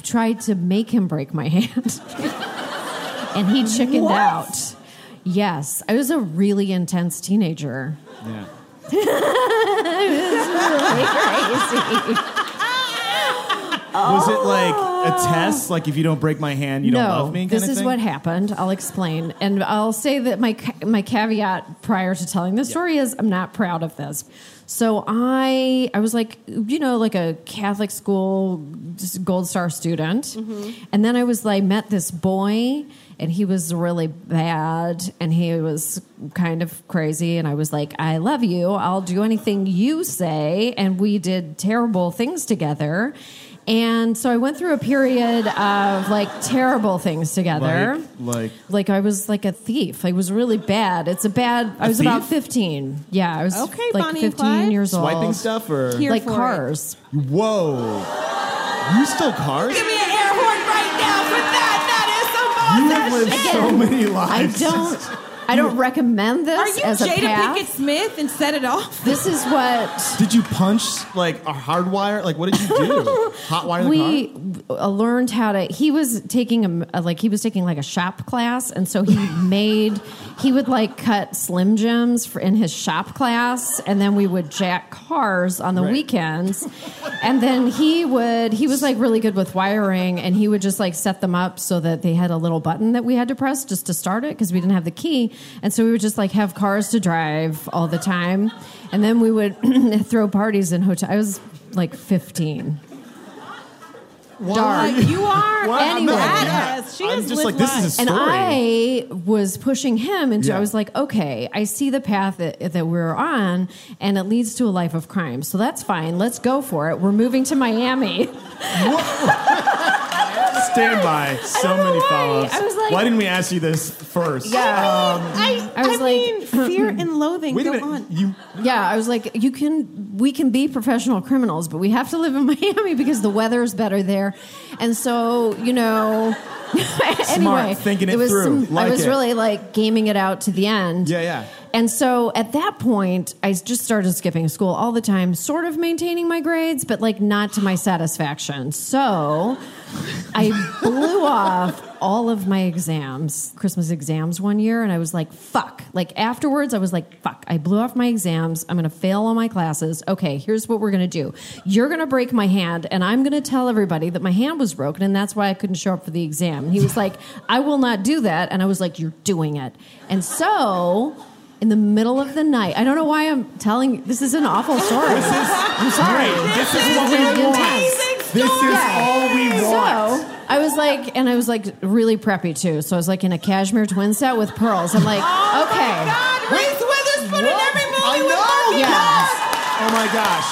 [SPEAKER 9] tried to make him break my hand. and he chickened
[SPEAKER 10] What?
[SPEAKER 9] out. Yes, I was a really intense teenager.
[SPEAKER 4] Yeah.
[SPEAKER 9] it was really crazy.
[SPEAKER 4] Was it like a test? Like if you don't break my hand, you
[SPEAKER 9] no,
[SPEAKER 4] don't love me? Kind
[SPEAKER 9] this
[SPEAKER 4] of
[SPEAKER 9] is
[SPEAKER 4] thing?
[SPEAKER 9] what happened. I'll explain, and I'll say that my ca- my caveat prior to telling this story is I'm not proud of this. So I I was like you know like a Catholic school just gold star student, and then I was like met this boy, and he was really bad, and he was kind of crazy, and I was like I love you, I'll do anything you say, and we did terrible things together. And so I went through a period of like terrible things together.
[SPEAKER 4] Like, like
[SPEAKER 9] Like I was like a thief. I was really bad. It's a bad. I
[SPEAKER 4] A
[SPEAKER 9] was about
[SPEAKER 4] thief?
[SPEAKER 9] fifteen. Yeah, I was
[SPEAKER 4] Okay,
[SPEAKER 9] like
[SPEAKER 4] Bonnie and
[SPEAKER 9] fifteen
[SPEAKER 4] Clyde.
[SPEAKER 9] years old.
[SPEAKER 4] Swiping stuff or- Here
[SPEAKER 9] like
[SPEAKER 4] for it.
[SPEAKER 9] cars.
[SPEAKER 4] Whoa. You stole cars?
[SPEAKER 9] me an air horn right now for that.
[SPEAKER 4] You have lived so many lives.
[SPEAKER 9] I don't. I don't recommend this.
[SPEAKER 1] Are you
[SPEAKER 9] as a
[SPEAKER 1] Jada
[SPEAKER 9] path.
[SPEAKER 1] Pinkett Smith and set it off?
[SPEAKER 9] This is what
[SPEAKER 4] Did you punch like a hardwire? Like what did you do? Hotwire the
[SPEAKER 9] we
[SPEAKER 4] car?
[SPEAKER 9] uh, learned how to he was taking a, a like he was taking like a shop class and so he made he would like cut slim jims for, in his shop class and then we would jack cars on the weekends and then he would he was like really good with wiring and he would just like set them up so that they had a little button that we had to press just to start it because we didn't have the key and so we would just like have cars to drive all the time and then we would throw parties in hotel i was like 15
[SPEAKER 1] Dark. You are
[SPEAKER 9] What? I'm
[SPEAKER 1] anyway.
[SPEAKER 9] not-
[SPEAKER 1] badass. She
[SPEAKER 4] I'm
[SPEAKER 1] has
[SPEAKER 4] just
[SPEAKER 1] lived
[SPEAKER 4] like, this is a
[SPEAKER 1] life.
[SPEAKER 9] and I was pushing him into.
[SPEAKER 4] Yeah.
[SPEAKER 9] I was like, okay, I see the path that, that we're on, and it leads to a life of crime. So that's fine. Let's go for it. We're moving to Miami.
[SPEAKER 4] Stand by. So many follow
[SPEAKER 9] I was like-
[SPEAKER 4] why didn't we ask you this first?
[SPEAKER 9] I, I was like,
[SPEAKER 1] fear and loathing.
[SPEAKER 4] Wait a
[SPEAKER 9] go
[SPEAKER 4] minute,
[SPEAKER 9] on.
[SPEAKER 4] You,
[SPEAKER 9] yeah, I was like, you can, we can be professional criminals, but we have to live in Miami because the weather is better there, and so you know. anyway,
[SPEAKER 4] thinking it
[SPEAKER 9] was
[SPEAKER 4] through.
[SPEAKER 9] I
[SPEAKER 4] Like
[SPEAKER 9] was
[SPEAKER 4] it.
[SPEAKER 9] really like gaming it out to the end.
[SPEAKER 4] Yeah, yeah.
[SPEAKER 9] And so at that point, I just started skipping school all the time, sort of maintaining my grades, but like not to my satisfaction. So I blew off all of my exams, Christmas exams one year, and I was like, fuck. Like afterwards, I was like, fuck, I blew off my exams. I'm going to fail all my classes. Okay, here's what we're going to do you're going to break my hand, and I'm going to tell everybody that my hand was broken, and that's why I couldn't show up for the exam. And he was like, I will not do that. And I was like, you're doing it. And so. In the middle of the night, I don't know why I'm telling. This is an awful story.
[SPEAKER 4] This is
[SPEAKER 9] I'm sorry.
[SPEAKER 4] great. This is what we
[SPEAKER 9] really
[SPEAKER 4] want.
[SPEAKER 9] intense.
[SPEAKER 4] This is all we want.
[SPEAKER 9] So I was like, and I was like really preppy too. So I was like in a cashmere twin set with pearls. I'm like,
[SPEAKER 4] Oh
[SPEAKER 9] okay.
[SPEAKER 1] Reese Witherspoon in every movie with Barbie
[SPEAKER 9] Yeah.
[SPEAKER 1] dolls.
[SPEAKER 4] Oh my gosh.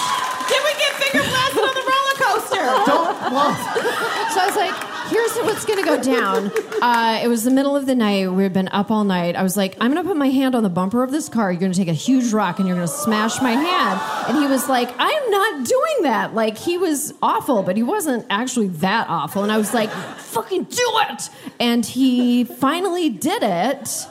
[SPEAKER 1] Did we get finger blasted on the roller coaster?
[SPEAKER 4] Don't.
[SPEAKER 9] So I was like, here's what's going to go down. Uh, it was the middle of the night. We had been up all night. I was like, I'm going to put my hand on the bumper of this car. You're going to take a huge rock and you're going to smash my hand. And he was like, I'm not doing that. Like, he was awful, but he wasn't actually that awful. And I was like, fucking do it. And he finally did it.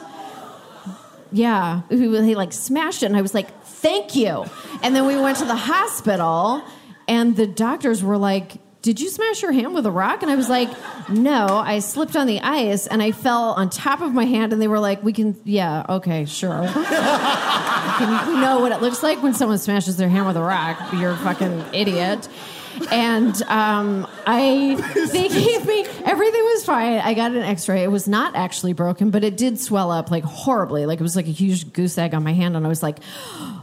[SPEAKER 9] Yeah, he, he like smashed it, and I was like, "Thank you." And then we went to the hospital, and the doctors were like, "Did you smash your hand with a rock?" And I was like, "No, I slipped on the ice, and I fell on top of my hand." And they were like, "We can, yeah, okay, sure. Can- we know what it looks like when someone smashes their hand with a rock. You're a fucking idiot." And um, I, they gave me everything was fine. I got an X-ray. It was not actually broken, but it did swell up like horribly. Like it was like a huge goose egg on my hand, and I was like,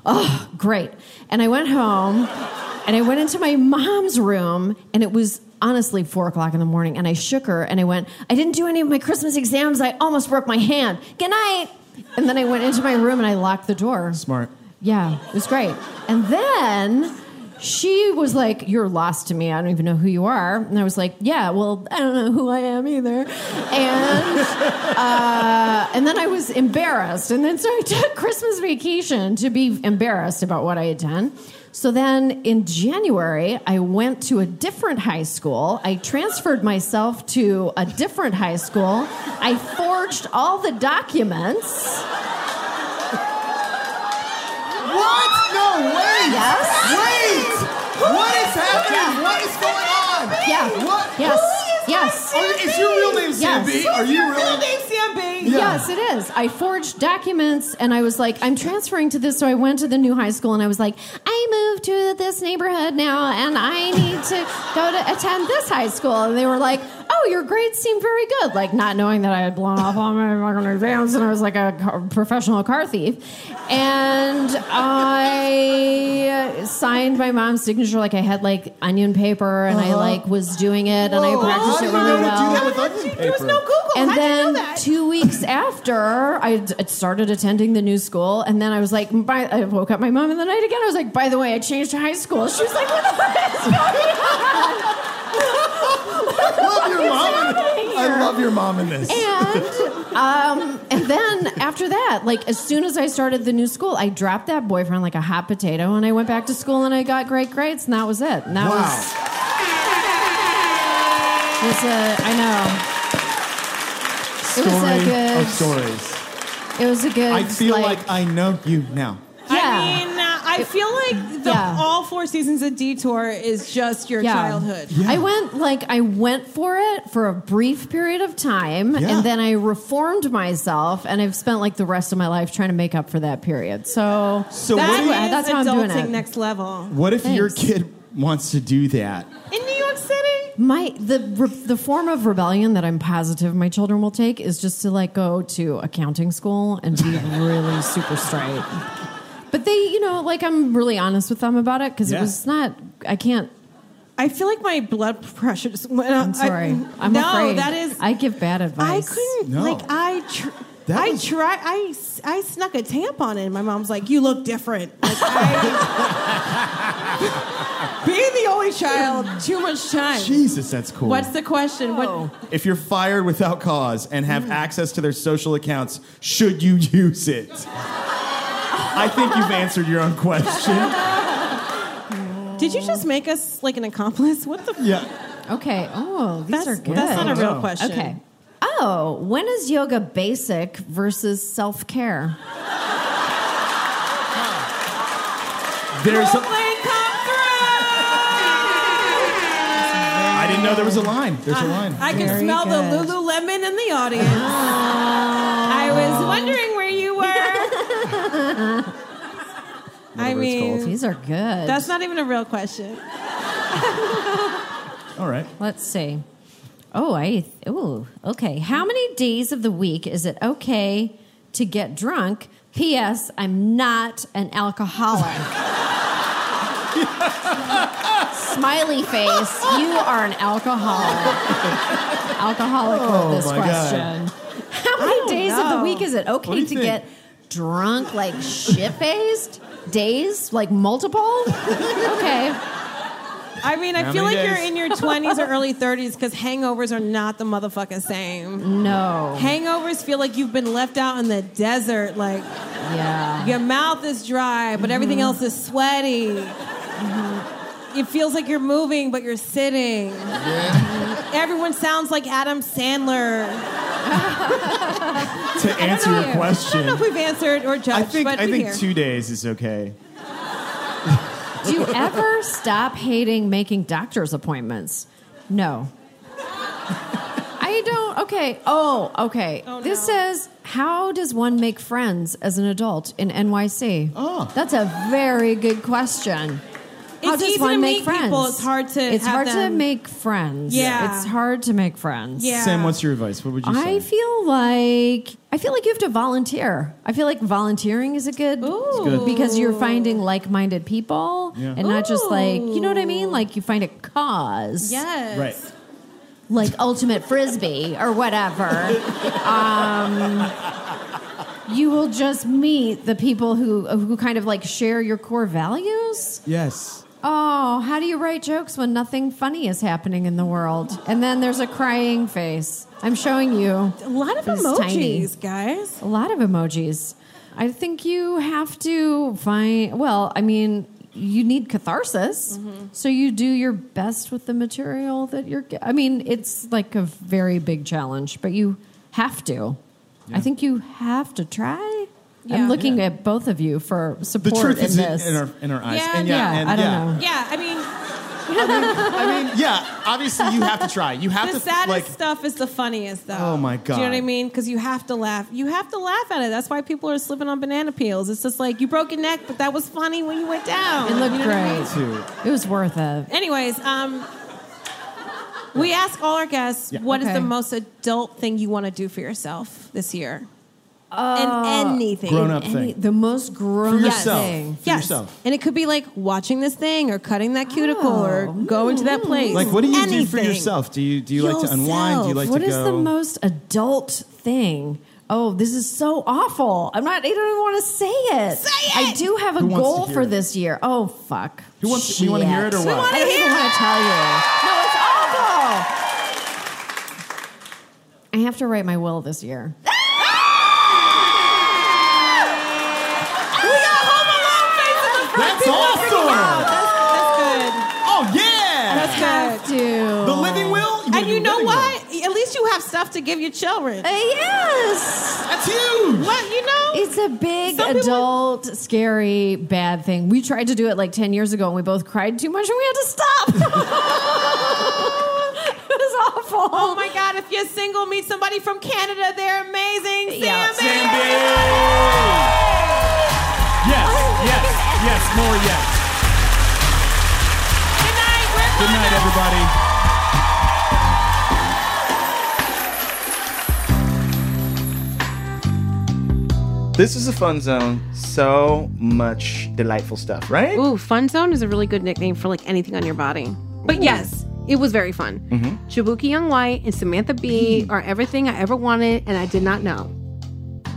[SPEAKER 9] "Oh, great!" And I went home, and I went into my mom's room, and it was honestly four o'clock in the morning. And I shook her, and I went, "I didn't do any of my Christmas exams. I almost broke my hand. Good night." And then I went into my room and I locked the door.
[SPEAKER 4] Smart.
[SPEAKER 9] Yeah, it was great. And then she was like, You're lost to me. I don't even know who you are. And I was like, Yeah, well, I don't know who I am either. And uh, and then I was embarrassed. And then so I took Christmas vacation to be embarrassed about what I had done. So then in January, I went to a different high school. I transferred myself to a different high school. I forged all the documents.
[SPEAKER 4] What? No, wait.
[SPEAKER 9] Yes.
[SPEAKER 4] Wait. What is happening? What is going on?
[SPEAKER 9] Yeah.
[SPEAKER 4] What?
[SPEAKER 9] Yes.
[SPEAKER 4] Who is
[SPEAKER 9] Yes.
[SPEAKER 4] Are- is Oh, your real name
[SPEAKER 9] Yes.
[SPEAKER 4] CMB? Are you really? Yeah.
[SPEAKER 9] Yes, it is. I forged documents and I was like, I'm transferring to this. So I went to the new high school and I was like, I moved to this neighborhood now and I need to go to attend this high school. And they were like, Oh, your grades seem very good. Like, not knowing that I had blown off all my fucking exams and I was like a car- professional car thief. And I signed my mom's signature like I had like onion paper and I
[SPEAKER 4] Uh-huh.
[SPEAKER 9] like was doing it and I practiced it really well.
[SPEAKER 4] There was no Google.
[SPEAKER 9] And then two weeks after, I d- started attending the new school, and then I was like, by, I woke up my mom in the night again. I was like, by the way, I changed high school. She was like, what the fuck is going on?
[SPEAKER 4] love your
[SPEAKER 9] What
[SPEAKER 4] mom.
[SPEAKER 9] is happening
[SPEAKER 4] I
[SPEAKER 9] here?
[SPEAKER 4] love your mom in this.
[SPEAKER 9] And um, and then after that, like as soon as I started the new school, I dropped that boyfriend like a hot potato, and I went back to school and I got great grades, and that was it. And that was was a, I know. It was a
[SPEAKER 4] Story
[SPEAKER 9] good.
[SPEAKER 4] of stories.
[SPEAKER 9] It was a good.
[SPEAKER 4] I feel
[SPEAKER 9] like,
[SPEAKER 4] like I know you now.
[SPEAKER 1] I mean, uh, I feel like the, all four seasons of Detour is just your
[SPEAKER 9] Yeah.
[SPEAKER 1] childhood.
[SPEAKER 9] I went like I went for it for a brief period of time,
[SPEAKER 1] Yeah.
[SPEAKER 9] and then I reformed myself, and I've spent like the rest of my life trying to make up for that period. So,
[SPEAKER 4] So
[SPEAKER 9] that's,
[SPEAKER 4] what do you-
[SPEAKER 9] why- that's how I'm doing it.
[SPEAKER 1] Adulting next level.
[SPEAKER 4] What if your
[SPEAKER 9] Thanks.
[SPEAKER 4] kid wants to do that?
[SPEAKER 1] in New York City?
[SPEAKER 9] My the re- the form of rebellion that I'm positive my children will take is just to like go to accounting school and be really super straight. But they, you know, like I'm really honest with them about it because
[SPEAKER 1] Yeah.
[SPEAKER 9] it was not. I can't.
[SPEAKER 1] I feel like my blood pressure just went up.
[SPEAKER 9] I'm sorry. I, am
[SPEAKER 1] Uh, no,
[SPEAKER 9] afraid.
[SPEAKER 1] that is.
[SPEAKER 9] I give bad advice.
[SPEAKER 1] I couldn't. Like I, tr-
[SPEAKER 9] That
[SPEAKER 1] I
[SPEAKER 9] was-
[SPEAKER 1] tried. I s- I snuck a tampon in. My mom's like, "You look different." Like, I, being the only child, too much time.
[SPEAKER 4] Jesus, that's cool.
[SPEAKER 1] What's the question?
[SPEAKER 9] Oh.
[SPEAKER 1] What?
[SPEAKER 4] if you're fired without cause and
[SPEAKER 1] Mm.
[SPEAKER 4] have access to their social accounts, should you use it? I think you've answered your own question.
[SPEAKER 1] Did you just make us like an accomplice? What the?
[SPEAKER 4] Yeah.
[SPEAKER 9] Okay. Oh, these
[SPEAKER 1] That's-
[SPEAKER 9] are good.
[SPEAKER 1] that's not a real No. question.
[SPEAKER 9] Okay. Oh, when is yoga basic versus self care?
[SPEAKER 4] There's a,
[SPEAKER 1] I
[SPEAKER 4] I didn't know there was a line. There's a line.
[SPEAKER 1] I could smell the Lululemon in the audience. I was wondering where you were. I mean,
[SPEAKER 9] these are good.
[SPEAKER 1] that's not even a real question.
[SPEAKER 4] All right.
[SPEAKER 9] Let's see. Oh, I. Ooh. Okay. How many days of the week is it okay to get drunk? P.S. I'm not an alcoholic. Smiley face. You are an alcoholic. Alcoholic
[SPEAKER 11] Oh,
[SPEAKER 9] wrote this
[SPEAKER 11] my God.
[SPEAKER 9] question. How many days of the
[SPEAKER 11] know.
[SPEAKER 9] week is it
[SPEAKER 11] What do
[SPEAKER 9] okay
[SPEAKER 11] you
[SPEAKER 9] to
[SPEAKER 11] think?
[SPEAKER 9] get drunk, like shit faced? Days, like multiple? Okay.
[SPEAKER 1] I mean, I
[SPEAKER 9] How
[SPEAKER 1] feel like
[SPEAKER 9] many
[SPEAKER 1] you're
[SPEAKER 9] days?
[SPEAKER 1] in your 20s or early 30s because hangovers are not the motherfucking
[SPEAKER 4] Mm.
[SPEAKER 1] same.
[SPEAKER 9] No.
[SPEAKER 1] Hangovers feel like you've been left out in the desert. Like,
[SPEAKER 9] yeah.
[SPEAKER 1] Your mouth is dry, but
[SPEAKER 4] Mm-hmm.
[SPEAKER 1] everything else is sweaty.
[SPEAKER 4] Mm-hmm.
[SPEAKER 1] It feels like you're moving, but you're sitting. Everyone sounds like Adam Sandler.
[SPEAKER 4] To answer your
[SPEAKER 1] I don't know if
[SPEAKER 4] question,
[SPEAKER 1] we've answered or judged,
[SPEAKER 4] I think
[SPEAKER 1] but
[SPEAKER 4] I
[SPEAKER 1] we
[SPEAKER 4] think
[SPEAKER 1] here.
[SPEAKER 4] two days is okay.
[SPEAKER 9] Do you ever stop hating making doctor's appointments? No. I don't. Okay. Oh, okay. this says, How does one make friends as an adult in NYC? Oh. That's a very good question. How
[SPEAKER 1] It's
[SPEAKER 9] does
[SPEAKER 1] easy
[SPEAKER 9] one
[SPEAKER 1] to
[SPEAKER 9] make
[SPEAKER 1] meet
[SPEAKER 9] friends?
[SPEAKER 1] people. It's hard to
[SPEAKER 9] It's
[SPEAKER 1] have
[SPEAKER 9] hard to
[SPEAKER 1] them-
[SPEAKER 9] make friends.
[SPEAKER 1] Yeah.
[SPEAKER 9] It's hard to make friends.
[SPEAKER 4] Sam, what's your advice? What would you say?
[SPEAKER 9] I feel like I feel like you have to volunteer. I feel like volunteering is a good,
[SPEAKER 4] good.
[SPEAKER 9] because you're finding like-minded people
[SPEAKER 4] Yeah.
[SPEAKER 9] and not just like you know what I mean. Like you find a cause,
[SPEAKER 1] Yes.
[SPEAKER 4] Right.
[SPEAKER 9] like ultimate frisbee or whatever. um, you will just meet the people who who kind of like share your core values.
[SPEAKER 4] Yes.
[SPEAKER 9] Oh, how do you write jokes when nothing funny is happening in the world? And then there's a crying face. I'm showing you.
[SPEAKER 1] A lot of
[SPEAKER 9] It's tiny.
[SPEAKER 1] emojis, guys.
[SPEAKER 9] A lot of emojis. I think you have to find, well, I mean, you need catharsis.
[SPEAKER 4] Mm-hmm.
[SPEAKER 9] So you do your best with the material that you're, ge- I mean, it's like a very big challenge, but you have to. I think you have to try.
[SPEAKER 1] Yeah.
[SPEAKER 9] I'm looking at both of you for
[SPEAKER 4] The
[SPEAKER 9] support
[SPEAKER 4] truth
[SPEAKER 9] in
[SPEAKER 4] is in,
[SPEAKER 9] this.
[SPEAKER 4] in our in our eyes.
[SPEAKER 1] Yeah,
[SPEAKER 4] and yeah,
[SPEAKER 9] yeah,
[SPEAKER 4] and
[SPEAKER 9] I don't
[SPEAKER 4] yeah.
[SPEAKER 9] know.
[SPEAKER 1] Yeah, I mean,
[SPEAKER 4] I mean, I mean, yeah. Obviously, you have to try. You have
[SPEAKER 1] the
[SPEAKER 4] to
[SPEAKER 1] saddest
[SPEAKER 4] like.
[SPEAKER 1] stuff is the funniest though.
[SPEAKER 4] Oh, my
[SPEAKER 1] Do you know
[SPEAKER 4] God.
[SPEAKER 1] what I mean? Because you have to laugh. You have to laugh at it. That's why people are slipping on banana peels. It's just like you broke your neck, but that was funny when you went down.
[SPEAKER 9] It looked
[SPEAKER 1] You know what I mean?
[SPEAKER 9] It was worth it.
[SPEAKER 1] Anyways, um, we ask all our guests what is
[SPEAKER 9] Okay.
[SPEAKER 1] the most adult thing you want to do for yourself this year,
[SPEAKER 9] Uh,
[SPEAKER 1] and anything,
[SPEAKER 9] Grown-up thing.
[SPEAKER 1] the most grown
[SPEAKER 9] yourself. For
[SPEAKER 1] yes.
[SPEAKER 9] yourself.
[SPEAKER 1] And it could be like watching this thing, or cutting that cuticle, or going to that place.
[SPEAKER 4] Like, what do you do for
[SPEAKER 1] Anything.
[SPEAKER 4] yourself? Do you do you like to unwind? Do you like
[SPEAKER 9] What
[SPEAKER 4] to
[SPEAKER 9] is
[SPEAKER 4] go?
[SPEAKER 9] the most adult thing? Oh, this is so awful. I'm not. I don't even want to say it. Say it. I do have a
[SPEAKER 4] Who wants to
[SPEAKER 9] goal
[SPEAKER 4] hear
[SPEAKER 9] for
[SPEAKER 4] it?
[SPEAKER 9] this year. Oh fuck.
[SPEAKER 4] Who wants- we wanna
[SPEAKER 9] Shit.
[SPEAKER 4] hear it or We what? wanna
[SPEAKER 9] I don't even
[SPEAKER 4] hear
[SPEAKER 9] want to tell you. No, it's awful. I have to write my will this year.
[SPEAKER 4] That's awesome.
[SPEAKER 1] That's good.
[SPEAKER 4] Oh yeah.
[SPEAKER 1] That's good.
[SPEAKER 4] The living will. You
[SPEAKER 1] and
[SPEAKER 4] wanna
[SPEAKER 1] you
[SPEAKER 4] do
[SPEAKER 1] know
[SPEAKER 4] living will.
[SPEAKER 1] what? At least you have stuff to give your children.
[SPEAKER 9] yes.
[SPEAKER 4] That's huge.
[SPEAKER 1] What you know?
[SPEAKER 9] It's a big
[SPEAKER 1] Some people-
[SPEAKER 9] adult, scary, bad thing. We tried to do it like 10 years ago and we both cried too much and we had to stop. it was awful.
[SPEAKER 1] Oh my God! If you're single, meet somebody from Canada. They're amazing.
[SPEAKER 9] Yeah.
[SPEAKER 1] Sam, Bates.
[SPEAKER 5] Yes, yes, yes, more yes. Good night, everybody.
[SPEAKER 2] This is a fun zone. So much delightful stuff, right?
[SPEAKER 11] Ooh, Fun Zone is a really good nickname for like anything on your body. But yes, it was very fun.
[SPEAKER 2] Mm-hmm.
[SPEAKER 11] Jabuki Young White and Samantha
[SPEAKER 1] Mm-hmm.
[SPEAKER 11] Bee are everything I ever wanted and I did not know.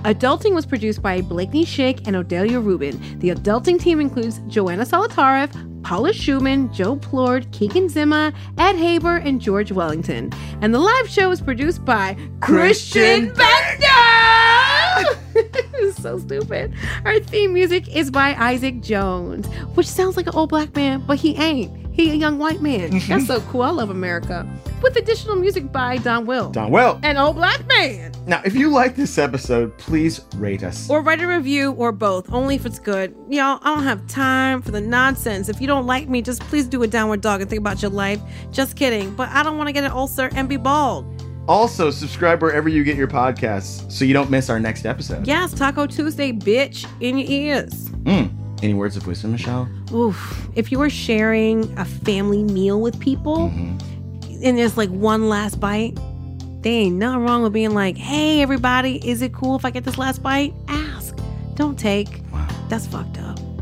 [SPEAKER 11] Adulting was produced by Blakeney Schick and Odelia Rubin. The adulting team includes Joanna Solitarev, Paula Schumann, Joe Plord, Keegan Zima, Ed Haber, and George Wellington. And the live show is produced by Christian Bender! This is so stupid. Our theme music is by Isaac Jones, which sounds like an old black man, but he ain't. He a young white man. That's so cool. I love America. With additional music by Don Will.
[SPEAKER 2] Don Will.
[SPEAKER 11] An old black man.
[SPEAKER 2] Now, if you like this episode, please rate us.
[SPEAKER 11] Or write a review or both, only if it's good. Y'all, I don't have time for the nonsense. If you don't like me, just please do a downward dog and think about your life. Just kidding. But I don't want to get an ulcer and be bald.
[SPEAKER 2] Also, subscribe wherever you get your podcasts so you don't miss our next episode.
[SPEAKER 11] Yes, Taco Tuesday, bitch, in your ears.
[SPEAKER 2] Mm. Any words of wisdom, Michelle?
[SPEAKER 11] Oof. If you were sharing a family meal with people and there's like one last bite, there ain't nothing wrong with being like, hey, everybody, is it cool if I get this last bite? Ask. Don't take. That's fucked up.